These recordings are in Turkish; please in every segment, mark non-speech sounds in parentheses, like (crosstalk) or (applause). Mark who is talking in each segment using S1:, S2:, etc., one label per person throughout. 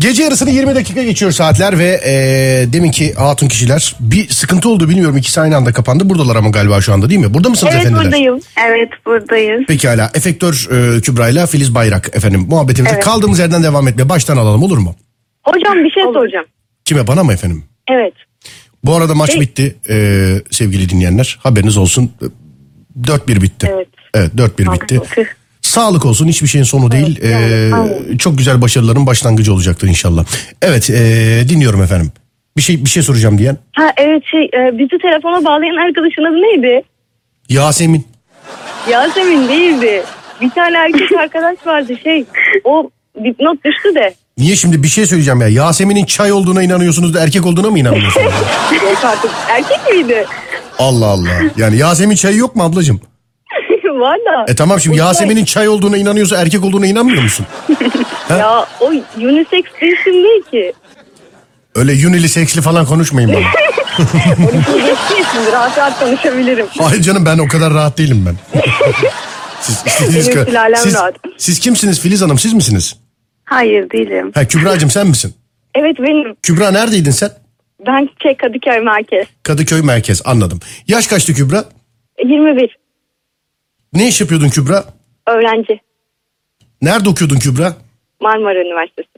S1: Gece yarısını 20 dakika geçiyor saatler ve e, demin ki hatun kişiler bir sıkıntı oldu bilmiyorum ikisi aynı anda kapandı. Buradalar ama galiba şu anda değil mi? Burada mısınız
S2: Evet
S1: efendiler?
S2: buradayım. Evet buradayız.
S1: Pekala efektör e, Kübra ile Filiz Bayrak efendim muhabbetimize
S2: Evet.
S1: kaldığımız yerden devam etmeye baştan alalım olur mu?
S3: Hocam bir şey
S2: Olur.
S3: soracağım.
S1: Kime bana mı efendim?
S3: Evet.
S1: Bu arada maç
S3: Şey-
S1: bitti e, sevgili dinleyenler haberiniz olsun 4-1 bitti.
S3: Evet.
S1: Evet 4-1 bitti. Sağlık olsun hiçbir şeyin sonu değil. E, çok güzel başarıların başlangıcı olacaktır inşallah. Evet e, dinliyorum efendim. Bir şey bir şey soracağım diyen
S3: Ha evet şey e, bizi telefona bağlayan arkadaşın adı neydi?
S1: Yasemin.
S3: Yasemin değildi. Bir tane
S2: (laughs)
S3: erkek arkadaş vardı şey. O dipnot düştü de.
S1: Niye şimdi bir şey söyleyeceğim ya. Yasemin'in çay olduğuna inanıyorsunuz da erkek olduğuna mı
S3: (laughs)
S1: inanmıyorsunuz?
S3: Yok artık erkek miydi? (laughs)
S1: Allah Allah. Yani Yasemin çayı yok mu ablacığım?
S3: Valla.
S1: E tamam şimdi
S3: O
S1: Yasemin'in çay olduğuna inanıyorsa erkek olduğuna inanmıyor musun?
S3: şey- Ya o unisex bir isim değil ki.
S1: Öyle unilisexli falan konuşmayın bana.
S3: Geçti isimdir rahat rahat konuşabilirim.
S1: Hayır canım ben o kadar rahat değilim
S3: (laughs)
S1: ben. siz, istediğiniz
S3: Benim
S1: kadar-
S3: sülalem
S1: siz,
S3: rahat.
S1: siz kimsiniz Filiz Hanım siz misiniz?
S2: Hayır değilim.
S1: Ha Kübra'cığım sen misin?
S3: Evet benim.
S1: Kübra neredeydin sen?
S3: Ben şey Kadıköy merkez.
S1: Kadıköy merkez anladım. Yaş kaçtı Kübra?
S3: E, 21
S1: Ne iş yapıyordun Kübra?
S3: öğrenci.
S1: Nerede okuyordun Kübra?
S3: Marmara Üniversitesi.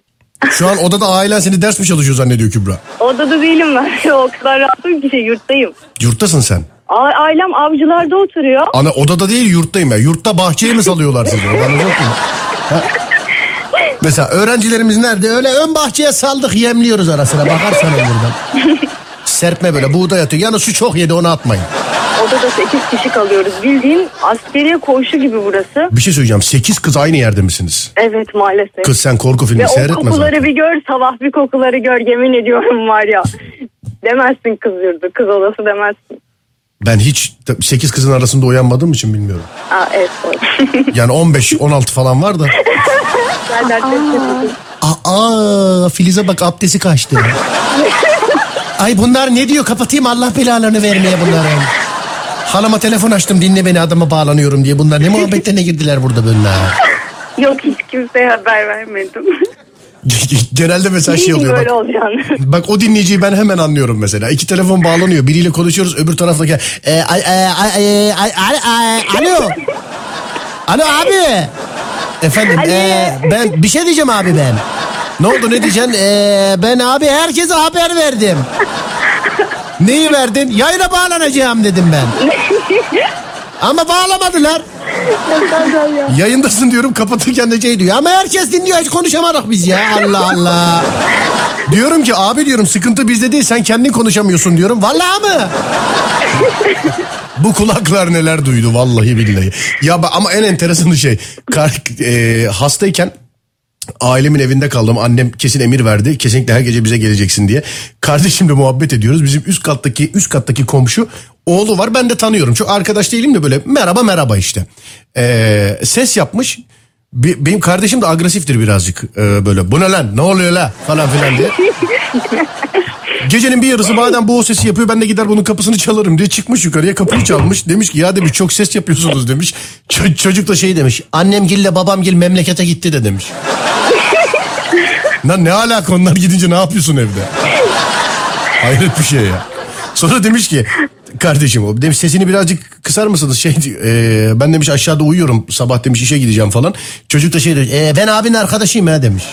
S1: Şu an odada ailen seni ders mi çalışıyor zannediyor Kübra?
S3: Odada değilim ben. (laughs) o kadar rahatım ki şey, yurttayım.
S1: Yurttasın sen.
S3: A- ailem avcılarda oturuyor.
S1: Ana odada değil yurttayım ya. Yurtta bahçeye mi salıyorlar sizi? Odanız yok mu? Ha? Mesela öğrencilerimiz nerede? Öyle ön bahçeye saldık yemliyoruz ara sıra. Bakarsan buradan. Serpme böyle buğday atıyor. Yani su çok yedi onu atmayın.
S3: Odada 8 kişi kalıyoruz. Bildiğin askeriye koğuşu gibi burası.
S1: Bir şey söyleyeceğim. 8 kız aynı yerde misiniz?
S3: Evet maalesef.
S1: Kız sen korku filmi
S3: Ve o
S1: seyretme
S3: kokuları
S1: zaten.
S3: bir gör sabah bir kokuları gör yemin ediyorum var ya. demezsin kız yurdu kız odası demezsin.
S1: Ben hiç 8 kızın arasında uyanmadığım için bilmiyorum.
S3: Aa, evet doğru. (laughs)
S1: Yani 15-16 falan var da.
S3: Ben de
S1: Aa Filiz'e bak abdesti kaçtı. Ay bunlar ne diyor kapatayım Allah belalarını vermeye bunların. Halama telefon açtım dinle beni adama bağlanıyorum diye. Bunlar ne muhabbetlerine girdiler burada bunlar.
S2: Yok hiç kimseye haber vermedim.
S1: (laughs) Genelde mesela şey
S3: Bilmiyorum
S1: oluyor bak.
S3: böyle olacağını.
S1: Bak o dinleyiciyi ben hemen anlıyorum mesela. İki telefon bağlanıyor. Biriyle konuşuyoruz öbür tarafla gel. E, ay, ay, ay, ay, e, ay, ay, ay, alo. Alo abi. Efendim e, ben bir şey diyeceğim abi ben. Ne oldu ne diyeceksin? E, ben abi herkese haber verdim. Neyi verdin? Yayına bağlanacağım dedim ben. Ama bağlamadılar. Yayındasın diyorum kapatırken de şey diyor. Ama herkes dinliyor hiç konuşamadık biz ya. Allah Allah. Diyorum ki abi diyorum sıkıntı bizde değil sen kendin konuşamıyorsun diyorum. Vallahi mı? Bu kulaklar neler duydu vallahi billahi. Ya ba- ama en enteresanı şey kar- e, hastayken ailemin evinde kaldım. Annem kesin emir verdi. Kesinlikle her gece bize geleceksin diye. Kardeşimle muhabbet ediyoruz. Bizim üst kattaki üst kattaki komşu oğlu var. Ben de tanıyorum. Çok arkadaş değilim de böyle merhaba merhaba işte. Ee, ses yapmış. Be- benim kardeşim de agresiftir birazcık. Ee, böyle bu ne lan ne oluyor la falan filan diye. Gecenin bir yarısı madem bu o sesi yapıyor ben de gider bunun kapısını çalarım diye çıkmış yukarıya kapıyı çalmış. Demiş ki ya demiş çok ses yapıyorsunuz demiş. Ç- çocuk da şey demiş annem gille babam gil memlekete gitti de demiş. Lan ne alaka onlar gidince ne yapıyorsun evde? Hayret bir şey ya. Sonra demiş ki kardeşim o demiş sesini birazcık kısar mısınız şey e, ben demiş aşağıda uyuyorum sabah demiş işe gideceğim falan. Çocuk da şey demiş "E, ben abinin arkadaşıyım ha demiş.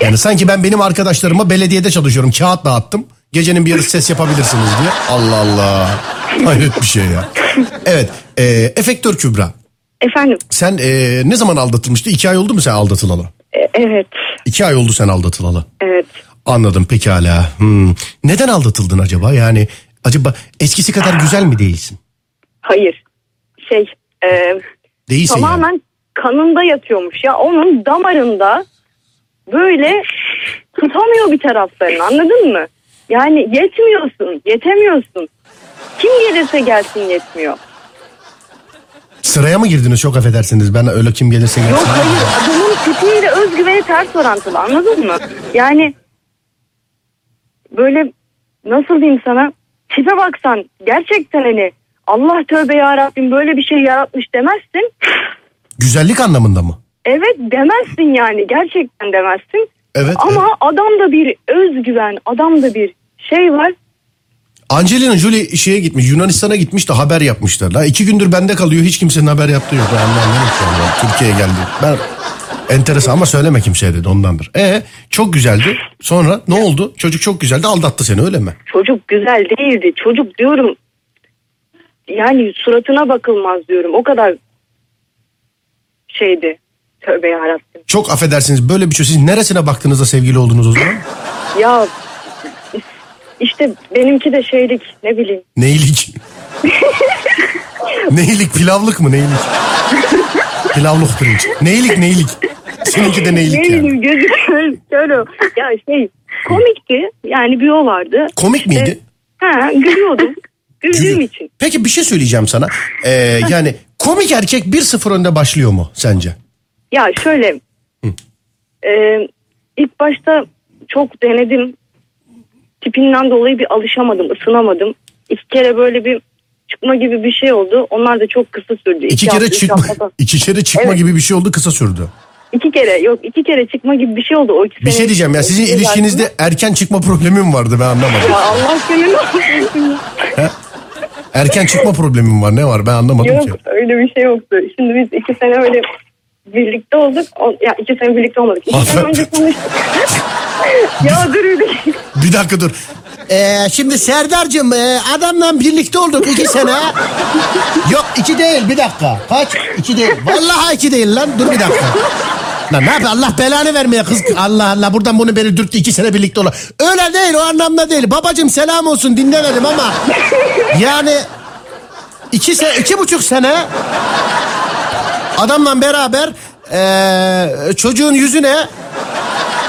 S1: Yani sanki ben benim arkadaşlarıma belediyede çalışıyorum kağıt dağıttım. Gecenin bir yarısı ses yapabilirsiniz diye. Allah Allah. Hayret bir şey ya. Evet e, efektör Kübra
S3: Efendim
S1: sen e, ne zaman aldatılmıştı? İki ay oldu mu sen aldatılalı?
S3: e, evet
S1: İki ay oldu sen aldatılalı.
S3: evet.
S1: Anladım pekala. Hmm. Neden aldatıldın acaba? Yani acaba eskisi kadar güzel mi değilsin?
S3: Hayır şey e,
S1: Değilsin
S3: tamamen kanında yatıyormuş ya onun damarında böyle tutamıyor bir taraflarını anladın mı? Yani yetmiyorsun yetemiyorsun. Kim gelirse gelsin yetmiyor.
S1: yani. Sıraya mı girdiniz? Çok affedersiniz. Ben öyle kim gelirse gelsin.
S3: Yok hayır adamın tipiyle özgüveni ters orantılı anladın mı? Yani böyle nasıl diyeyim sana tipe baksan gerçekten hani Allah tövbe ya Rabbim böyle bir şey yaratmış demezsin.
S1: Güzellik anlamında mı?
S3: Evet demezsin yani gerçekten demezsin.
S1: Evet. evet.
S3: Ama adamda bir özgüven, adamda bir şey var.
S1: Angelina Jolie şeye gitmiş Yunanistan'a gitmiş de haber yapmışlar. La iki gündür bende kalıyor hiç kimsenin haber yaptığı yok. Ben anlamadım şu anda. Türkiye'ye geldi. Ben enteresan ama söyleme kimseye dedi ondandır. E çok güzeldi. Sonra ne oldu? Çocuk çok güzeldi aldattı seni öyle mi?
S3: Çocuk güzel değildi. Çocuk diyorum yani suratına bakılmaz diyorum. O kadar şeydi. Tövbe yarabbim.
S1: Çok affedersiniz böyle bir şey. Siz neresine baktığınızda sevgili oldunuz o zaman?
S3: Ya işte benimki de şeylik ne bileyim.
S1: Neylik? neylik pilavlık mı neylik? Pilavlık pirinç. Neylik neylik. Seninki de neylik
S3: Ne
S1: yani.
S3: bileyim gözü (laughs) şöyle. Ya şey komikti yani bir o vardı.
S1: Komik miydi?
S3: Ha gülüyordum. Güldüğüm
S1: Gülü-
S3: için.
S1: Peki bir şey söyleyeceğim sana. Ee, yani komik erkek 1-0 önde başlıyor mu sence?
S3: Ya şöyle e, ilk başta çok denedim. Tipinden dolayı bir alışamadım, ısınamadım. İki kere böyle bir çıkma gibi bir şey oldu. Onlar da çok kısa sürdü.
S1: İki kere
S3: hafta, üç
S1: çıkma,
S3: hafta falan.
S1: iki kere çıkma
S3: Evet.
S1: gibi bir şey oldu kısa sürdü.
S3: İki kere yok iki kere çıkma gibi bir şey oldu. O iki
S1: Bir
S3: sene-
S1: şey diyeceğim ya sizin
S3: Özellikle-
S1: ilişkinizde erken çıkma problemi mi vardı ben anlamadım.
S3: Ya Allah seni
S1: (laughs)
S3: ne yapıyorsun?
S1: Erken çıkma problemi mi var ne var ben anlamadım ki.
S3: Yok öyle bir şey yoktu. Şimdi biz iki sene öyle birlikte olduk. O- ya iki sene birlikte olmadık. İki sene önce konuştuk. (laughs) ya dur öyle.
S1: (laughs) Bir dakika dur. Ee, şimdi Serdar'cığım e, adamla birlikte olduk iki sene. Yok iki değil bir dakika. Kaç? İki değil. Vallahi iki değil lan. Dur bir dakika. Lan ne yapıyor? Allah belanı vermeye kız. Allah Allah buradan bunu beni dürttü iki sene birlikte olan. Öyle değil o anlamda değil. Babacığım selam olsun dinlemedim ama. Yani iki, se iki buçuk sene adamla beraber e, çocuğun yüzüne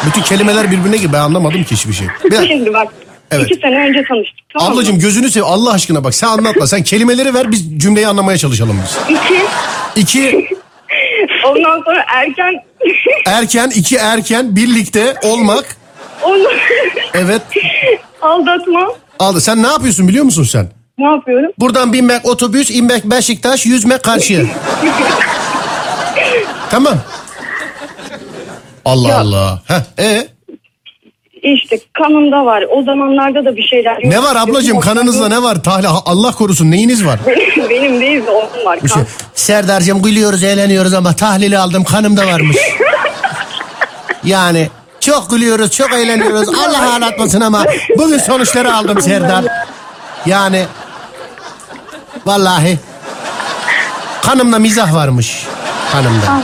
S1: bütün kelimeler birbirine gibi ben anlamadım ki hiçbir şey. Bir dakika.
S3: Şimdi bak.
S1: Evet.
S3: iki sene önce tanıştık. Tamam mı?
S1: Ablacığım gözünü seveyim Allah aşkına bak sen anlatma. Sen kelimeleri ver biz cümleyi anlamaya çalışalım biz.
S3: İki. (laughs)
S1: İki
S3: Ondan sonra erken. (laughs)
S1: erken, iki erken birlikte olmak.
S3: Onu (laughs)
S1: Evet.
S3: aldatma.
S1: Aldı. Sen ne yapıyorsun biliyor musun sen?
S3: Ne yapıyorum?
S1: Buradan binmek otobüs, inmek Beşiktaş, yüzme karşıya. tamam. Allah Allah. Heh, e
S3: İşte kanımda var. O zamanlarda da bir şeyler yok.
S1: ne var ablacığım kanınızda ne var? Tahla Allah korusun neyiniz var?
S3: (laughs) Benim değil de onun var.
S1: Bir şey.
S3: Kan.
S1: Serdar'cığım gülüyoruz eğleniyoruz ama tahlili aldım kanımda varmış. yani çok gülüyoruz çok eğleniyoruz Allah anlatmasın ama bugün sonuçları aldım Serdar. Yani vallahi kanımda mizah varmış kanımda.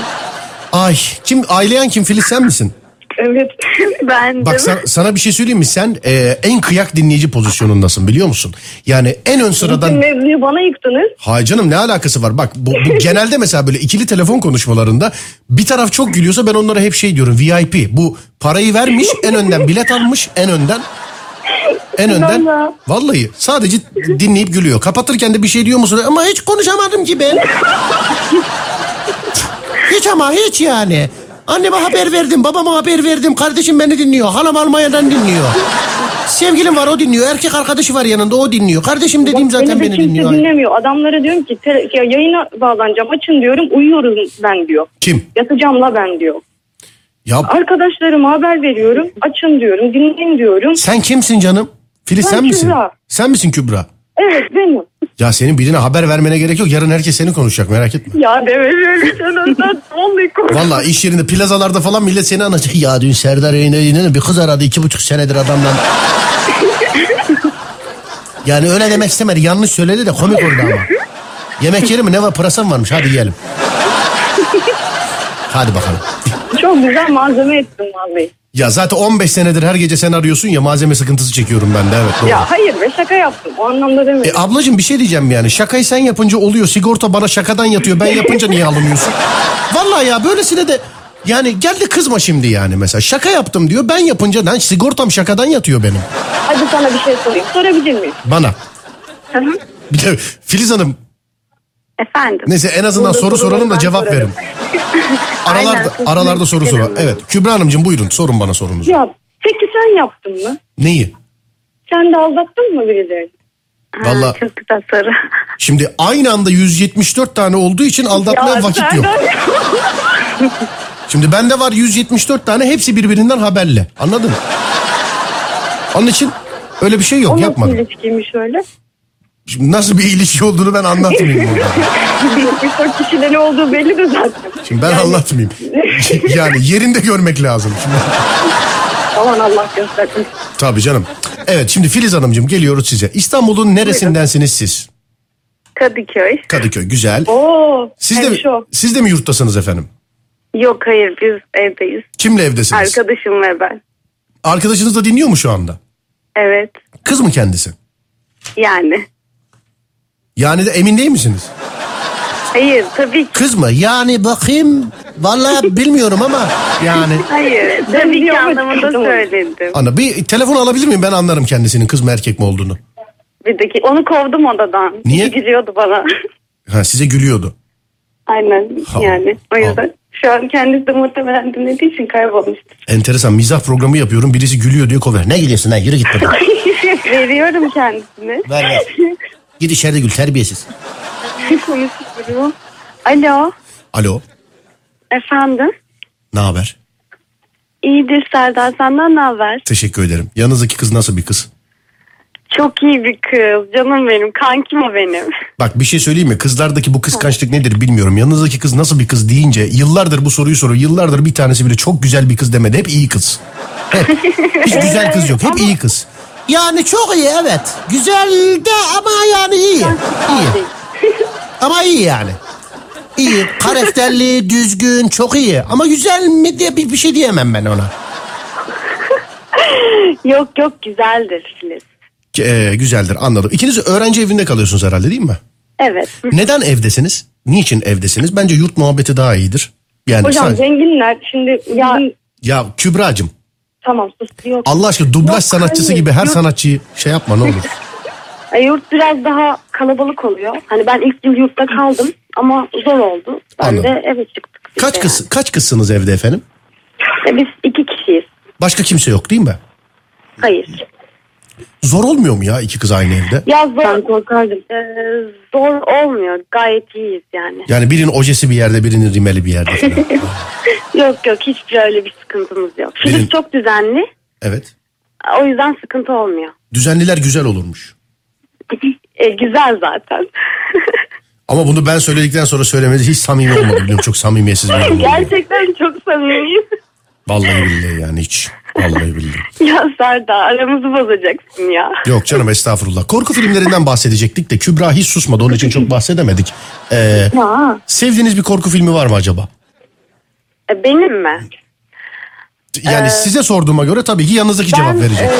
S1: Ay kim aileyen kim Filiz sen misin?
S3: Evet.
S2: (laughs) Ben de
S1: Bak sa- sana bir şey söyleyeyim mi sen e, en kıyak dinleyici pozisyonundasın biliyor musun? Yani en ön sıradan
S3: Bütün mevzuyu bana yıktınız.
S1: Hayır canım ne alakası var? Bak bu, bu genelde mesela böyle ikili telefon konuşmalarında bir taraf çok gülüyorsa ben onlara hep şey diyorum VIP. Bu parayı vermiş en önden bilet almış en önden. En önden.
S3: Vallahi.
S1: Vallahi sadece dinleyip gülüyor. Kapatırken de bir şey diyor musun? Ama hiç konuşamadım ki ben. hiç ama hiç yani. Anneme haber verdim, babama haber verdim. Kardeşim beni dinliyor. Halam Almanya'dan dinliyor. Sevgilim var o dinliyor. Erkek arkadaşı var yanında o dinliyor. Kardeşim dediğim zaten
S3: beni de
S1: beni
S3: kimse
S1: dinliyor.
S3: dinlemiyor. Adamlara diyorum ki tele- ya yayına bağlanacağım açın diyorum uyuyoruz ben diyor.
S1: Kim?
S3: Yatacağım la ben diyor.
S1: Ya
S3: Arkadaşlarıma haber veriyorum açın diyorum dinleyin diyorum.
S1: Sen kimsin canım? Filiz
S3: Ben
S1: sen misin?
S3: Kübra.
S1: Sen misin Kübra?
S3: Evet benim.
S1: Ya senin birine haber vermene gerek yok. Yarın herkes seni konuşacak merak etme.
S3: Ya demedim sen ondan vallahi korktum.
S1: Valla iş yerinde plazalarda falan millet seni anacak. Ya dün Serdar Yayın'a yine bir kız aradı iki buçuk senedir adamla. yani öyle demek istemedi. Yanlış söyledi de komik oldu ama. Yemek yeri mi ne var pırasa mı varmış hadi yiyelim. hadi bakalım.
S3: Çok güzel malzeme ettin vallahi.
S1: Ya zaten 15 senedir her gece sen arıyorsun ya malzeme sıkıntısı çekiyorum ben de evet doğru.
S3: Ya hayır be şaka yaptım o anlamda
S1: E
S3: demedim.
S1: ablacığım bir şey diyeceğim yani. Şakayı sen yapınca oluyor. Sigorta bana şakadan yatıyor. Ben yapınca niye alınıyorsun? Vallahi ya böylesine de yani gel de kızma şimdi yani mesela. Şaka yaptım diyor. Ben yapınca lan sigortam şakadan yatıyor benim.
S3: Hadi sana bir şey sorayım. Sorabilir miyim?
S1: Bana.
S2: Hı hı.
S1: Bir de Filiz Hanım
S2: Efendim.
S1: neyse en azından
S3: Burada
S1: soru
S3: soruları
S1: soralım da
S3: ben
S1: cevap
S3: sorarım.
S1: verin. Aralarda
S2: kesinlikle.
S1: aralarda soru soralım. Evet Kübra Hanımcığım buyurun sorun bana sorunuzu.
S3: Ya peki sen yaptın mı?
S1: Neyi?
S3: Sen de aldattın mı birilerini?
S2: Ha,
S1: Vallahi-
S2: Çok güzel soru.
S1: Şimdi aynı anda 174 tane olduğu için aldatmaya vakit yok.
S3: Serdar-
S1: Şimdi bende var 174 tane hepsi birbirinden haberli. Anladın mı? Onun için öyle bir şey yok
S3: O
S1: yapma.
S3: nasıl ilişkiymiş öyle?
S1: Şimdi nasıl bir ilişki olduğunu ben anlatmayayım burada.
S3: Birçok kişide ne olduğu belli de zaten.
S1: Şimdi ben anlatmayayım. yani yerinde görmek lazım. Şimdi,
S3: Aman Allah göstersin.
S1: tabii canım. Evet şimdi Filiz Hanımcığım geliyoruz size. İstanbul'un neresindensiniz siz?
S2: Kadıköy.
S1: Kadıköy güzel.
S3: Oo,
S1: Siz de, mi,
S3: hemşo.
S1: siz de mi yurttasınız efendim?
S2: Yok hayır biz evdeyiz.
S1: Kimle evdesiniz?
S2: Arkadaşım ve ben.
S1: Arkadaşınız da dinliyor mu şu anda?
S2: Evet
S1: Kız mı kendisi?
S2: yani.
S1: Yani de emin değil misiniz?
S2: Hayır tabii ki.
S1: Kız mı? Yani bakayım. Vallahi bilmiyorum ama yani.
S2: Hayır tabii ki anlamında söyledim.
S1: Ana bir telefon alabilir miyim? Ben anlarım kendisinin kız mı erkek mi olduğunu.
S2: Bir dakika onu kovdum odadan.
S1: Niye?
S2: Gülüyordu bana.
S1: Ha size gülüyordu.
S2: Aynen
S1: Ha.
S2: yani o
S1: Ha.
S2: yüzden. Şu an kendisi de muhtemelen dinlediği için kaybolmuştur.
S1: Enteresan mizah programı yapıyorum. Birisi gülüyor diyor kover. Ne gülüyorsun lan yürü git buradan.
S2: (laughs) Veriyorum kendisini.
S1: Ver, ver. Git içeride gül terbiyesiz.
S2: (laughs) Konuşuyorum. Alo
S1: Alo
S2: efendim.
S1: ne haber?
S2: İyidir Serdar senden ne haber?
S1: Teşekkür ederim. Yanınızdaki kız nasıl bir kız?
S2: Çok iyi bir kız canım benim kankim o benim. (laughs)
S1: Bak bir şey söyleyeyim mi? Kızlardaki bu kıskançlık nedir bilmiyorum. Yanınızdaki kız nasıl bir kız deyince yıllardır bu soruyu soruyor. Yıllardır bir tanesi bile çok güzel bir kız demedi. Hep iyi kız. Hep. Hiç güzel kız yok. Hep iyi kız. Yani çok iyi evet. Güzel de ama yani iyi. İyi. (laughs) Ama iyi yani. İyi. Karakterli, düzgün, çok iyi. Ama güzel mi diye bir, bir şey diyemem ben ona.
S2: Yok yok güzeldir Filiz.
S1: Ee, güzeldir anladım. İkiniz öğrenci evinde kalıyorsunuz herhalde değil mi?
S2: Evet.
S1: Neden evdesiniz? Niçin evdesiniz? Bence yurt muhabbeti daha iyidir. Yani
S3: Hocam
S1: sadece-
S3: zenginler şimdi ya
S1: Ya Kübra'cığım
S3: tamam sus yok.
S1: Allah aşkına dublaj
S3: Yok,
S1: sanatçısı
S3: hayır,
S1: gibi her
S3: yok.
S1: sanatçıyı şey yapma ne
S3: (laughs)
S1: olur.
S3: E, Yurt biraz daha kalabalık oluyor. Hani ben ilk yıl yurtta kaldım ama zor oldu. Ben
S1: Anladım.
S3: de eve çıktık. biz de
S1: Kaç kız kaç kızsınız evde efendim?
S3: yani. E, biz iki kişiyiz.
S1: Başka kimse yok değil mi?
S3: Hayır.
S1: Zor olmuyor mu ya iki kız aynı evde?
S3: Ya zor,
S2: Ben korkardım.
S3: e, zor olmuyor. Gayet iyiyiz yani.
S1: Yani birinin ojesi bir yerde birinin rimeli bir yerde falan.
S3: (laughs)
S2: Yok yok hiçbir öyle bir sıkıntımız yok.
S1: Benim-
S2: Filiz çok düzenli
S1: evet.
S2: o yüzden sıkıntı olmuyor.
S1: Düzenliler güzel olurmuş.
S2: E, güzel zaten.
S1: Ama bunu ben söyledikten sonra söylemeniz hiç samimi olmadı biliyorum. Çok samimiyetsiz bir
S3: (laughs)
S1: adam oldum.
S2: Gerçekten çok samimiyim.
S1: Vallahi billahi yani hiç. Vallahi billahi.
S2: ya Serdar aramızı bozacaksın ya.
S1: Yok canım estağfurullah. Korku filmlerinden bahsedecektik de Kübra hiç susmadı. Onun için çok bahsedemedik. Ee,
S2: Ha.
S1: sevdiğiniz bir korku filmi var mı acaba?
S2: E, benim mi?
S1: Yani size sorduğuma göre tabii ki yanınızdaki cevap verecek.
S3: e,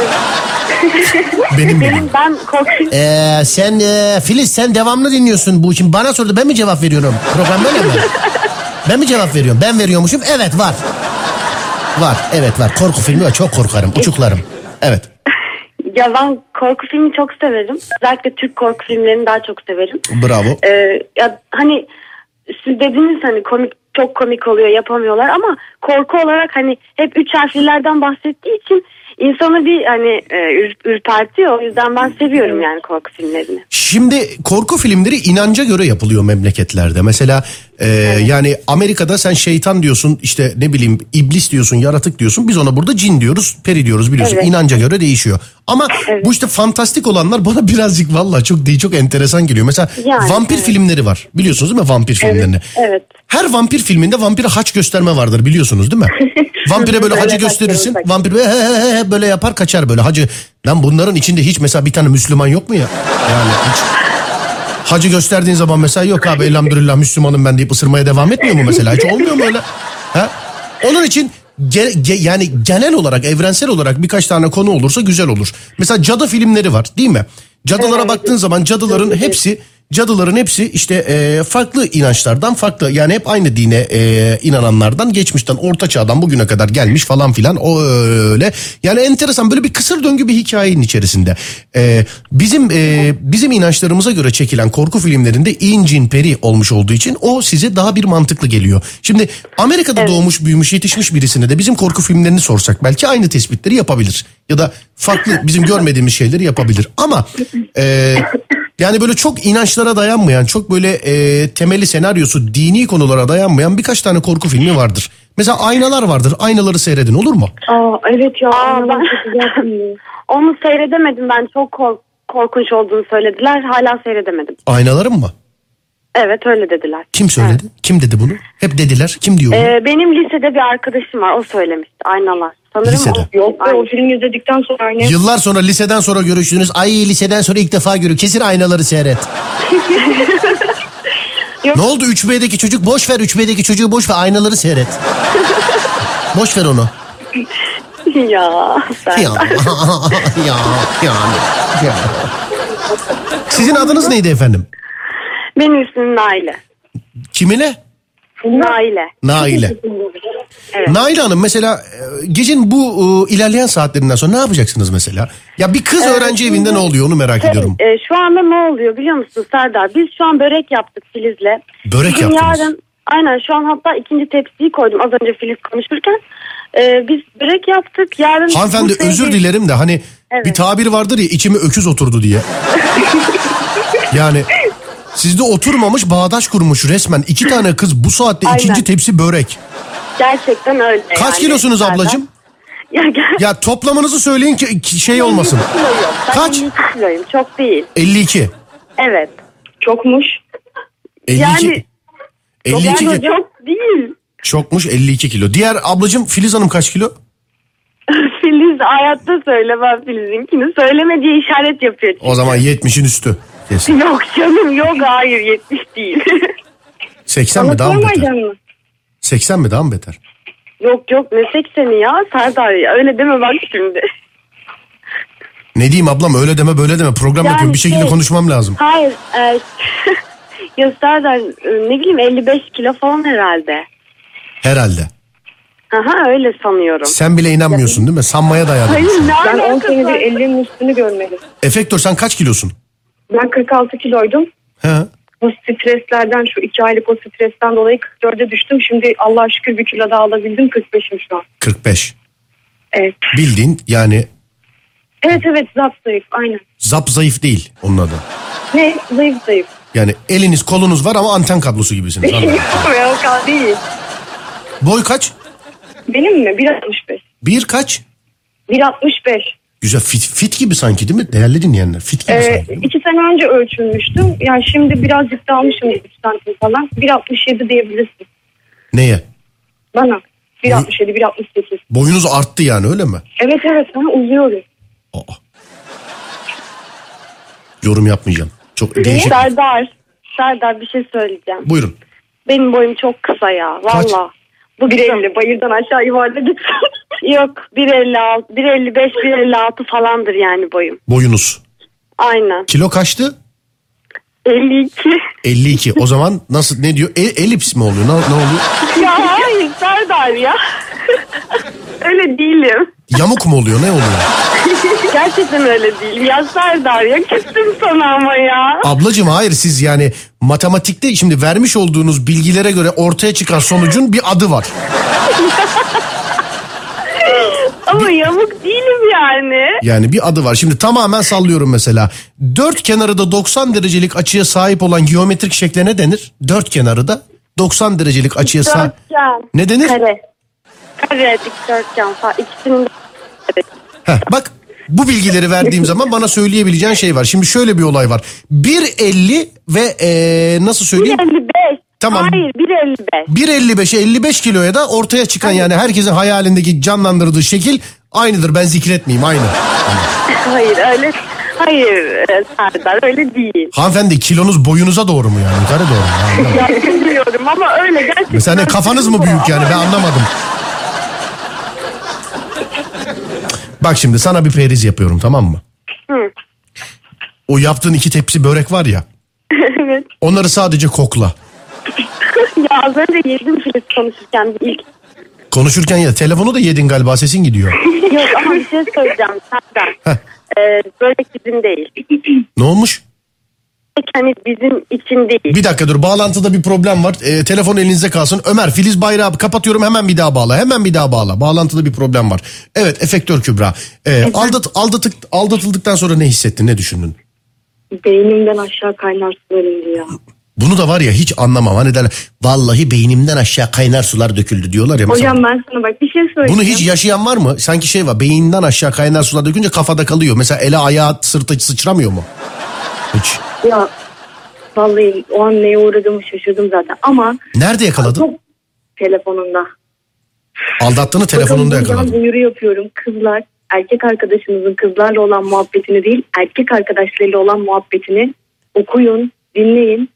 S1: benim benim.
S2: Ben korktum.
S1: Ee, sen e, Filiz sen devamlı dinliyorsun bu için. Bana sordu ben mi cevap veriyorum? Program böyle mi? ben mi cevap veriyorum? Ben veriyormuşum. Evet var. Var evet var. Korku filmi var. Çok korkarım. Uçuklarım. Evet.
S2: Ya ben korku filmi çok severim. Özellikle Türk korku filmlerini daha çok severim.
S1: Bravo.
S2: Ee, ya hani siz dediniz hani komik çok komik oluyor yapamıyorlar ama korku olarak hani hep üç harflilerden bahsettiği için insanı bir hani e, ür- ürpertiyor. O yüzden ben seviyorum yani korku filmlerini.
S1: Şimdi korku filmleri inanca göre yapılıyor memleketlerde. Mesela e, yani Amerika'da sen şeytan diyorsun işte ne bileyim iblis diyorsun yaratık diyorsun. Biz ona burada cin diyoruz peri diyoruz biliyorsun.
S2: Evet.
S1: İnanca göre değişiyor. Ama bu işte fantastik olanlar bana (laughs) birazcık valla çok değil çok enteresan geliyor. Mesela
S2: Yani,
S1: vampir
S2: evet.
S1: filmleri var biliyorsunuz değil mi vampir filmlerini?
S2: evet.
S1: Her vampir filminde vampire haç gösterme vardır biliyorsunuz
S2: (laughs)
S1: değil mi? Vampire böyle
S2: Böyle
S1: hacı
S2: haç
S1: gösterirsin.
S2: göstermek.
S1: Vampir böyle, he, he, he, he böyle yapar kaçar böyle hacı. Lan bunların içinde hiç mesela bir tane Müslüman yok mu ya? Yani hiç. Hacı gösterdiğin zaman mesela yok abi elhamdülillah Müslümanım ben deyip ısırmaya devam etmiyor mu mesela? Hiç olmuyor mu öyle? Ha? Onun için ge- ge- yani genel olarak evrensel olarak birkaç tane konu olursa güzel olur. Mesela cadı filmleri var değil mi? Cadılara baktığın zaman cadıların hepsi cadıların hepsi işte e, farklı inançlardan farklı yani hep aynı dine e, inananlardan geçmişten orta çağdan bugüne kadar gelmiş falan filan o e, öyle yani enteresan böyle bir kısır döngü bir hikayenin içerisinde E, bizim e, bizim inançlarımıza göre çekilen korku filmlerinde incin peri olmuş olduğu için o size daha bir mantıklı geliyor şimdi Amerika'da doğmuş büyümüş yetişmiş birisine de bizim korku filmlerini sorsak belki aynı tespitleri yapabilir ya da farklı bizim görmediğimiz şeyleri yapabilir ama e, yani böyle çok inançlara dayanmayan, çok böyle e, temeli senaryosu, dini konulara dayanmayan birkaç tane korku filmi vardır. Mesela aynalar vardır. Aynaları seyredin olur mu?
S2: Aa evet ya.
S3: Aa,
S2: aynalar
S3: ben-
S2: çok (laughs) güzel filmdi.
S3: Onu seyredemedim ben çok kork- korkunç olduğunu söylediler hala seyredemedim.
S1: Aynaların mı?
S3: Evet öyle dediler.
S1: Kim söyledi?
S3: Evet.
S1: Kim dedi bunu? Hep dediler. Kim diyor bunu?
S3: Ee, benim lisede bir arkadaşım var o söylemişti aynalar. Sanırım
S1: Lisede.
S3: o-
S2: Yok be
S3: Aynen.
S2: o filmi izledikten sonra annem
S1: Yıllar sonra liseden sonra görüştünüz. Ay liseden sonra ilk defa görüyor. Kesin aynaları seyret.
S3: (laughs) Yok.
S1: Ne oldu 3B'deki çocuk? Boş ver 3B'deki çocuğu boş ver. Aynaları
S3: (laughs)
S1: seyret. boş ver onu.
S3: (laughs) ya sen. (laughs)
S1: Ya. ya. Ya. Ya. Sizin adınız neydi efendim?
S3: Benim ismim Naile.
S1: Kimine?
S3: Naile.
S1: Naile. Nail Hanım mesela e, gecenin bu e, ilerleyen saatlerinden sonra ne yapacaksınız mesela? Ya bir kız öğrenci evinde ne oluyor onu merak ediyorum.
S3: Ee, şu anda ne oluyor biliyor musun Serdar? Biz şu an börek yaptık Filiz'le.
S1: Börek
S3: Bugün
S1: yaptınız.
S3: yarın Aynen şu an hatta ikinci tepsiyi koydum az önce Filiz konuşurken. Ee, biz börek yaptık yarın... şey
S1: Hanımefendi
S3: Bursa'ya
S1: özür
S3: gel-
S1: dilerim de hani
S3: Evet.
S1: bir tabir vardır ya içime öküz oturdu diye. yani sizde oturmamış bağdaş kurmuş resmen. iki tane kız bu saatte
S3: Aynen. E,
S1: ikinci tepsi börek.
S3: Gerçekten öyle.
S1: Kaç
S3: yani
S1: kilosunuz
S3: Serdar.
S1: ablacığım?
S3: Ya, gel-
S1: Ya toplamınızı söyleyin ki ki şey olmasın.
S3: 52 kiloyum. Ben
S1: Kaç?
S3: 52 kiloyum çok değil.
S1: 52.
S3: Evet.
S2: çokmuş.
S1: 52.
S3: Yani-
S1: 52
S3: yani
S1: kilo.
S3: çok değil.
S1: Çokmuş 52 kilo. Diğer ablacığım Filiz Hanım kaç kilo?
S3: Filiz hayatta söyleme Filiz'inkini. Söyleme diye işaret yapıyor.
S1: O zaman 70'in üstü. Kesin.
S3: Yok canım yok hayır 70 değil.
S1: 80 mi daha mı beter?
S2: Anlatamayacaksın mı?
S1: 80 mi daha mı beter?
S3: yok yok ne 80'i ya Serdar ya öyle deme bak şimdi.
S1: Ne diyeyim ablam öyle deme böyle deme program
S3: Yani
S1: yapıyorum bir şekilde
S3: şey-
S1: konuşmam lazım.
S3: Hayır e, (laughs) ya Serdar e, ne bileyim 55 kilo falan herhalde.
S1: Herhalde.
S3: Aha öyle sanıyorum.
S1: Sen bile inanmıyorsun değil mi? Sanmaya dayadın.
S3: Hayır ne
S2: Ben 10
S3: alakası
S2: senedir
S3: var?
S2: 50'nin üstünü görmedim.
S1: Efektör sen kaç kilosun?
S2: Ben 46 kiloydum.
S1: He.
S2: Bu streslerden şu 2 aylık o stresten dolayı 44'e düştüm. Şimdi Allah'a şükür bir kilo daha alabildim 45'im şu an.
S1: 45.
S2: Evet.
S1: Bildiğin yani
S2: Evet evet zat zayıf aynen.
S1: zap zayıf değil onun adı.
S2: Ne zayıf zayıf.
S1: Yani eliniz kolunuz var ama anten kablosu
S3: (laughs)
S1: gibisiniz.
S2: Yok
S1: abi.
S2: ya, o kadar değil.
S1: Boy kaç?
S2: Benim mi? 1.65.
S1: Bir kaç?
S2: 1.65.
S1: Güzel fit, fit gibi sanki değil mi? Değerli dinleyenler fit gibi
S2: Ee,
S1: sanki değil mi?
S2: iki sene önce ölçülmüştüm. Yani şimdi birazcık daha almışım 3 santim falan. 1.67 diyebilirsin
S1: Neye?
S2: bana. 1.67, 1.68.
S1: Boyunuz arttı yani öyle mi?
S2: Evet evet sana uzuyorum.
S1: Aa. Yorum yapmayacağım. Çok değişik.
S3: Serdar Serdar bir şey söyleyeceğim.
S1: Buyurun.
S3: Benim boyum çok kısa ya
S1: Kaç?
S3: valla.
S2: Bu 1.50 bayırdan aşağı yuvarla (laughs) gitsin.
S3: Yok 1.56, 1.55, 1.56 falandır yani boyum.
S1: Boyunuz.
S3: Aynen.
S1: Kilo kaçtı?
S3: 52.
S1: 52. O zaman nasıl ne diyor? E- elips mi oluyor? Ne, ne oluyor?
S3: ya hayır Serdar ya. (laughs) öyle değilim.
S1: Yamuk mu oluyor? Ne oluyor?
S3: Gerçekten öyle değilim. Ya Serdar ya küstüm sana ama ya.
S1: Ablacığım hayır siz yani matematikte şimdi vermiş olduğunuz bilgilere göre ortaya çıkan sonucun bir adı var.
S3: Ama yamuk değilim yani.
S1: Yani bir adı var. Şimdi tamamen sallıyorum mesela. Dört kenarı da 90 derecelik açıya sahip olan geometrik şekle ne denir? Dört kenarı da 90 derecelik açıya sahip.
S3: Dörtgen.
S1: Ne denir?
S3: Kare. Kare dikdörtgen falan. İkisinin de
S1: Heh, bak bu bilgileri verdiğim zaman bana söyleyebileceğin şey var. Şimdi şöyle bir olay var. 1.50 ve eee, nasıl söyleyeyim?
S3: 1.55.
S1: Tamam.
S3: Hayır 1.55.
S1: 1.55'e 55 kiloya da ortaya çıkan yani herkesin hayalindeki canlandırdığı şekil aynıdır. Ben zikretmeyeyim aynı.
S3: Hayır öyle. Hayır e, Serdar öyle değil.
S1: Hanımefendi kilonuz boyunuza doğru mu yani? Yukarı doğru mu?
S3: (laughs)
S1: Ha, anlamadım.
S3: Ya bilmiyorum ama öyle gerçekten.
S1: Mesela ne, kafanız mı büyük yani ben anlamadım. Bak şimdi sana bir periz yapıyorum tamam mı?
S3: Hı.
S1: O yaptığın iki tepsi börek var ya.
S3: (laughs) evet.
S1: Onları sadece kokla.
S3: Ya az önce yedim Filiz konuşurken bir ilk.
S1: Konuşurken ya telefonu da yedin galiba sesin gidiyor.
S3: Yok ama bir şey söyleyeceğim Serdar.
S1: Heh.
S3: Ee, böyle bizim değil.
S1: Ne olmuş?
S3: Hani bizim için değil.
S1: Bir dakika dur bağlantıda bir problem var. Ee, telefon elinizde kalsın. Ömer Filiz Bayrağı kapatıyorum hemen bir daha bağla. Hemen bir daha bağla. Bağlantıda bir problem var. Evet efektör Kübra. Ee, aldat, aldatık, aldatıldıktan sonra ne hissettin ne düşündün?
S2: Beynimden aşağı kaynar sularım ya.
S1: Bunu da var ya hiç anlamam. Hani derler vallahi beynimden aşağı kaynar sular döküldü diyorlar ya. mesela.
S3: Hocam ben sana bak bir şey söyleyeceğim.
S1: Bunu hiç yaşayan var mı? Sanki şey var beyinden aşağı kaynar sular dökünce kafada kalıyor. Mesela ele ayağa sırta sıçramıyor mu? Hiç.
S3: Ya vallahi o an neye uğradığımı şaşırdım zaten ama
S1: Nerede yakaladın?
S3: çok telefonunda.
S1: Aldattığını telefonunda
S3: Bakın buradan
S1: yakaladın.
S3: duyuru yapıyorum. Kızlar erkek arkadaşınızın kızlarla olan muhabbetini değil erkek arkadaşlarıyla olan muhabbetini okuyun, dinleyin.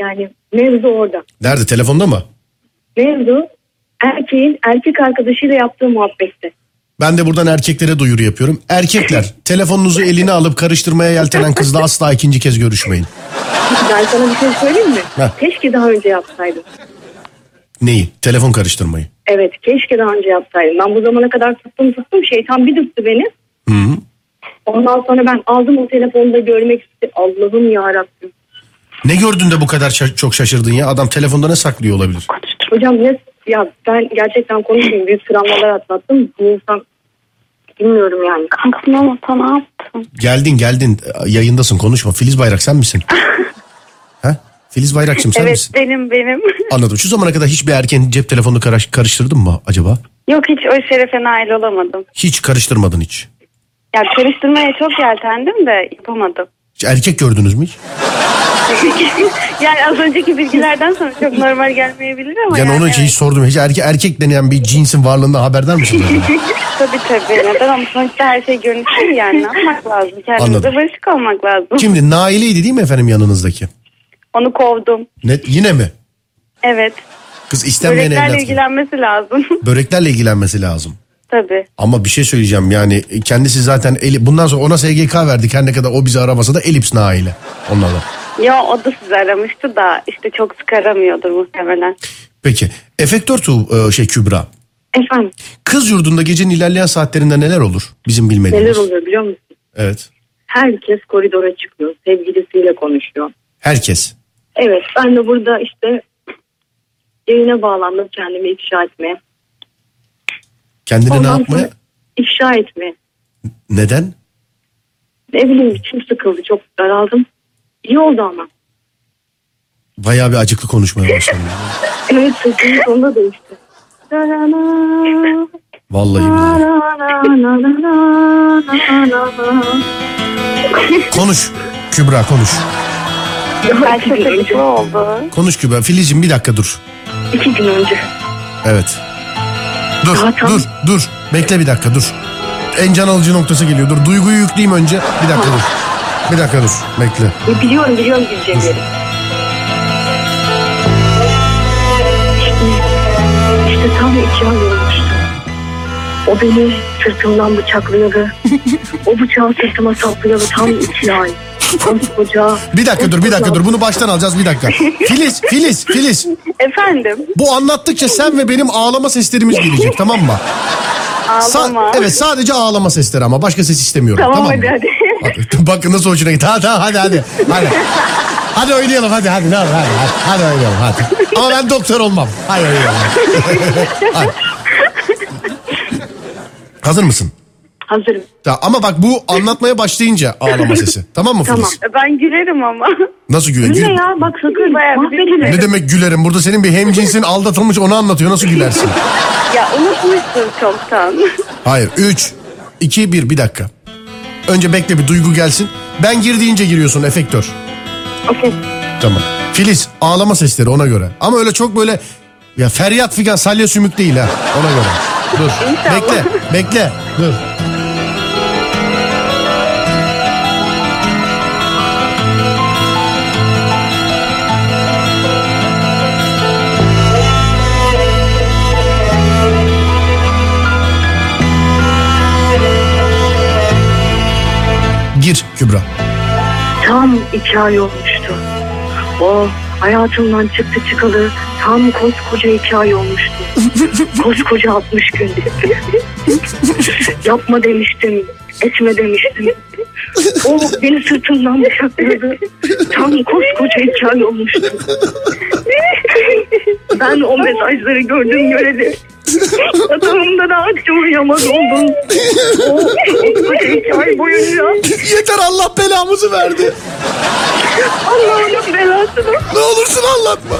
S3: Yani mevzu orada.
S1: Nerede telefonda mı?
S3: Mevzu erkeğin erkek arkadaşıyla yaptığı muhabbette.
S1: Ben de buradan erkeklere duyuru yapıyorum. Erkekler telefonunuzu eline alıp karıştırmaya yeltenen kızla asla ikinci kez görüşmeyin.
S3: Ben sana bir şey söyleyeyim mi?
S1: Heh.
S3: Keşke daha önce yapsaydım.
S1: Neyi? Telefon karıştırmayı.
S3: Evet keşke daha önce yapsaydım. Ben bu zamana kadar tuttum tuttum şeytan bir dürttü beni. Ondan sonra ben aldım o telefonu da görmek istedim. Allah'ım yarabbim.
S1: Ne gördün de bu kadar şa- çok şaşırdın ya? Adam telefonda ne saklıyor olabilir?
S3: Hocam ne ya ben gerçekten konuşayım büyük travmalar atlattım. Bu insan bilmiyorum yani.
S2: Kankam ne oldu? Sana attım.
S1: Geldin geldin yayındasın konuşma. Filiz Bayrak sen
S2: (laughs)
S1: misin? ha? Filiz Bayrakçım sen
S2: Evet
S1: misin?
S2: benim benim. (laughs)
S1: Anladım. Şu zamana kadar hiçbir erkeğin cep telefonunu kara- karıştırdın mı acaba?
S2: Yok hiç o şerefe nail olamadım.
S1: Hiç karıştırmadın hiç.
S2: Ya karıştırmaya çok yeltendim de yapamadım.
S1: Hiç erkek gördünüz mü hiç?
S2: yani az önceki bilgilerden sonra çok normal gelmeyebilir ama
S1: Yani
S2: yani
S1: onu hiç
S2: evet.
S1: sordum. Hiç erkek, erkek denen bir cinsin varlığından haberdar mısın?
S2: (laughs) Tabii tabii. Neden ama sonuçta her şey görünüşür yani. Ne yapmak lazım? Kendimize
S1: Anladım.
S2: barışık olmak lazım.
S1: Şimdi Nail'eydi değil mi efendim yanınızdaki?
S2: Onu kovdum.
S1: Ne, yine mi?
S2: Evet.
S1: Kız istenmeyen evlat.
S2: Böreklerle
S1: gibi.
S2: ilgilenmesi lazım. (laughs)
S1: Böreklerle ilgilenmesi lazım.
S2: tabii.
S1: Ama bir şey söyleyeceğim yani kendisi zaten eli, bundan sonra ona SGK verdik her ne kadar o bizi aramasa da Elips Nail'e onlarla.
S2: Ya o da sizi aramıştı da işte çok sık aramıyordur muhtemelen.
S1: Peki efektör tu e, şey Kübra.
S3: Efendim
S1: Kız yurdunda gecenin ilerleyen saatlerinde neler olur bizim bilmediğimiz?
S3: neler oluyor biliyor musun?
S1: Evet.
S3: Herkes koridora çıkıyor. Sevgilisiyle konuşuyor.
S1: Herkes.
S3: Evet ben de burada işte yayına bağlandım kendimi ifşa etmeye.
S1: Kendini ne
S3: Ondan
S1: yapmaya?
S3: sonra ifşa etmeye.
S1: Neden?
S3: Ne bileyim içim sıkıldı çok daraldım. İyi oldu ama.
S1: Bayağı bir acıklı konuşmaya başladım.
S3: Evet sesimin sonunda değişti. Darana.
S1: Vallahi billahi. Konuş Kübra konuş.
S2: Ben çok acıklı oldu.
S1: Konuş Kübra. Filiz'cim bir dakika dur.
S3: İki gün önce.
S1: Evet. Dur,
S3: Daha tam-
S1: dur, dur. Bekle bir dakika, dur. En can alıcı noktası geliyor. Dur, duyguyu yükleyeyim önce. Bir dakika dur. Bir dakika dur, bekle.
S3: E, Biliyorum biliyorum gideceğim yeri. İşte, işte tam ikiye ayrılmıştı. O beni sırtımdan bıçaklıyordu. o bıçağı sırtıma saplıyordu tam iki ay. Koskoca.
S1: Bir dakika dur, bir dakika dur. Bunu baştan alacağız, bir dakika. Filiz, Filiz, Filiz.
S2: Efendim
S1: Bu anlattıkça sen ve benim ağlama seslerimiz gelecek, tamam mı? Sa-
S2: ağlama.
S1: evet, sadece ağlama sesleri ama başka ses istemiyorum.
S2: Tamam,
S1: Tamam,
S2: hadi,
S1: mı?
S2: hadi.
S1: Bak- Bakın nasıl hoşuna gitti. Hadi hadi hadi. Hadi, hadi oynayalım hadi hadi. Ne olur, hadi, hadi, hadi oynayalım hadi. Ama ben doktor olmam. Hadi oynayalım. Hadi. Hazır mısın?
S3: Hazırım.
S1: Ta- Ama bak bu anlatmaya başlayınca ağlama sesi. Tamam mı Filiz?
S3: Tamam.
S2: E, Ben gülerim ama.
S1: Nasıl güle?
S3: Bu
S1: Gül-
S3: ne ya bak sakın
S2: Bayağı bir
S3: mahvedin.
S1: Ne demek gülerim? Burada senin bir hemcinsin aldatılmış onu anlatıyor. Nasıl gülersin?
S2: ya unutmuşsun çoktan.
S1: Hayır. 3, 2, 1. Bir dakika. Önce bekle bir duygu gelsin. Ben gir deyince giriyorsun efektör.
S3: Okey.
S1: Tamam. Filiz ağlama sesleri ona göre. Ama öyle çok böyle ya feryat figan salya sümük değil ha ona göre. Dur.
S2: İnşallah.
S1: Bekle. Bekle. Dur. Gir Kübra. (laughs)
S3: Tam iki ay olmuştu. O hayatımdan çıktı çıkalı tam koskoca iki ay olmuştu. koskoca 60 gündü. Yapma demiştim, etme demiştim. O beni sırtımdan bıçakladı. Tam koskoca iki ay olmuştu. Ben o mesajları gördüm göreli. Yatağımda rahatça uyuyamaz oldum. O koskoca iki ay boyunca
S1: Yeter Allah belamızı verdi.
S3: Allah'ın belasını
S1: Ne olursun anlatma.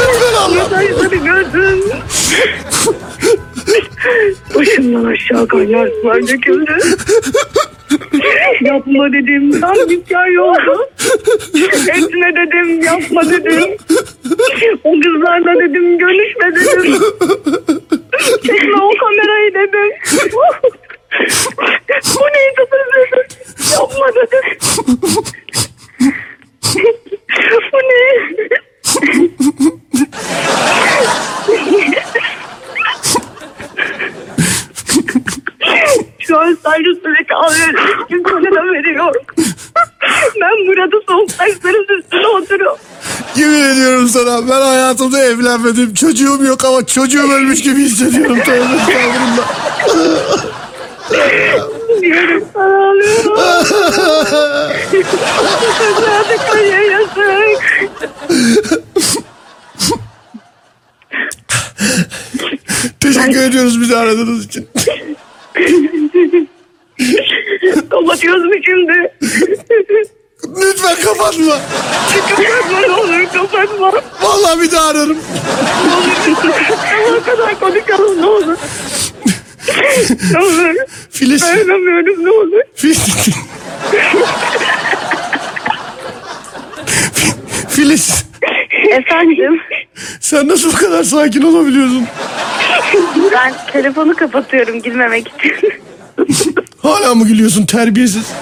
S1: Lütfen anlatma.
S3: Hayır tabii gördüm. Başımdan aşağı kaynar sular döküldü. Yapma dedim. Tam hikaye oldu. Etme dedim. Yapma dedim. O kızlarla dedim. Görüşme dedim. Çekme o kamerayı dedim. Bu neydi dedim. Yapma dedim. Bu ne? Şu an sadece sürekli ağlıyorum. Çünkü bana veriyor. Ben burada soğuk taşların üstüne oturuyorum.
S1: Yemin ediyorum sana ben hayatımda evlenmedim. Çocuğum yok ama çocuğum ölmüş gibi hissediyorum. Tövbe estağfurullah.
S3: Diyorum sana ağlıyorum. Çocuğa da kaya yazık.
S1: Teşekkür ediyoruz bizi aradığınız için.
S3: Kapatıyoruz mu şimdi?
S1: Lütfen kapatma.
S3: Kapatma ne olur kapatma.
S1: Vallahi bir daha ararım.
S3: Ne olur. Ama o kadar konuşalım ne olur. Ne olur.
S1: Filistin.
S3: Dayanamıyorum ne olur.
S1: Filistin. Filiz
S2: Efendim
S1: sen nasıl bu kadar sakin olabiliyorsun?
S2: ben telefonu kapatıyorum gülmemek için.
S1: Hala mı gülüyorsun terbiyesiz?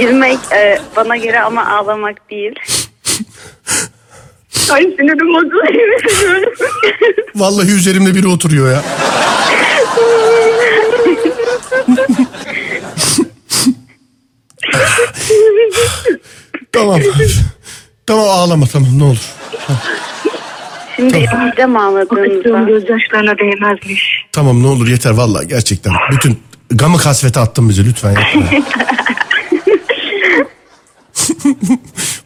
S2: Gülmek e, bana göre ama ağlamak değil.
S3: Ay sinirim bozuldu. Yemin
S1: Vallahi üzerimde biri oturuyor ya. tamam. Tamam ağlama tamam ne olur.
S2: Şimdi gideceğim ağladığımda.
S3: ediyorum. gözyaşlarına değmezmiş.
S1: Tamam ne olur yeter vallahi gerçekten. Bütün gamı kasvete attın bize lütfen yapma.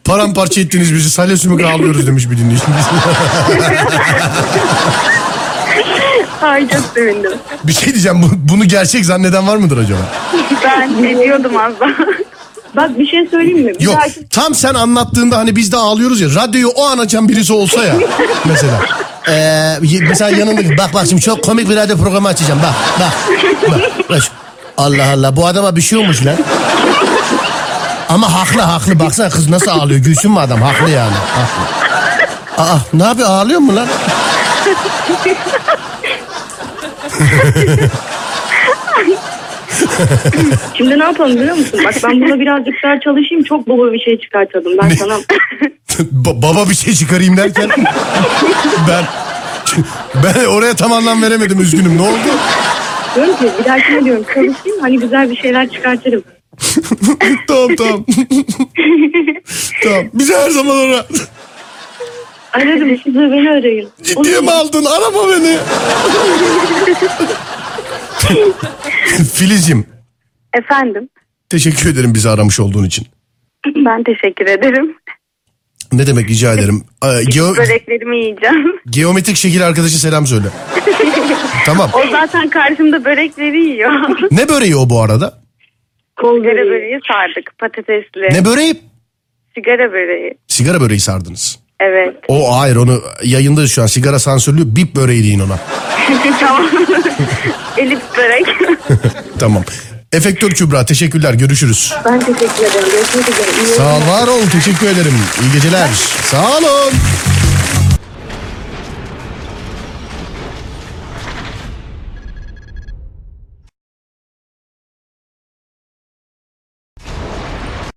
S1: Paramparça ettiniz bizi. Salya sümük ağlıyoruz demiş bir dinleyicimiz.
S2: Ay çok sevindim.
S1: bir şey diyeceğim. bu- Bunu gerçek zanneden var mıdır acaba?
S2: Ben ediyordum az daha.
S3: Bak bir şey söyleyeyim mi? Bir
S1: Yok.
S3: dahaki
S1: Tam sen anlattığında hani biz de ağlıyoruz ya. Radyoyu o an açan birisi olsa ya. Mesela. Ee, y- mesela yanında bak bak şimdi çok komik bir radyo programı açacağım. Bak bak. bak. bak. Allah Allah bu adama bir şey olmuş lan. Ama haklı haklı baksana kız nasıl ağlıyor gülsün mü adam haklı yani haklı. Aa ne yapıyor ağlıyor mu lan? (laughs)
S3: Şimdi ne yapalım biliyor musun? Bak ben buna birazcık daha çalışayım. Çok baba bir şey çıkartalım. Ben sana...
S1: Ba- baba bir şey çıkarayım derken ben ben oraya tam anlam veremedim üzgünüm ne oldu?
S3: diyorum ki bir dahakine diyorum çalışayım. Hani güzel bir şeyler çıkartırım.
S1: tamam (laughs) tamam. tamam. Bizi her zaman ara.
S3: Ararım siz de beni arayın.
S1: Ciddiye mi aldın? Arama (laughs) beni. Filiz'cim
S2: Efendim
S1: teşekkür ederim bizi aramış olduğun için.
S2: ben teşekkür ederim.
S1: Ne demek rica (laughs) ederim. Ee, geo-
S2: Böreklerimi yiyeceğim.
S1: (laughs) geometrik şekil arkadaşı selam (laughs) söyle. tamam.
S2: O zaten karşımda börekleri yiyor.
S1: Ne böreği o bu arada?
S3: Kol
S2: Sigara
S3: böreği.
S2: böreği sardık patatesli.
S1: Ne böreği?
S2: Sigara böreği.
S1: Sigara böreği sardınız.
S2: Evet.
S1: O hayır onu yayında şu an sigara sansürlü bip böreği deyin ona.
S2: tamam. (laughs) Elif börek.
S1: Tamam. Efektör Kübra teşekkürler görüşürüz.
S3: Ben teşekkür ederim. Görüşmek üzere. İyi
S1: Sağ ol, var ol. Teşekkür ederim. İyi geceler. Sağ olun.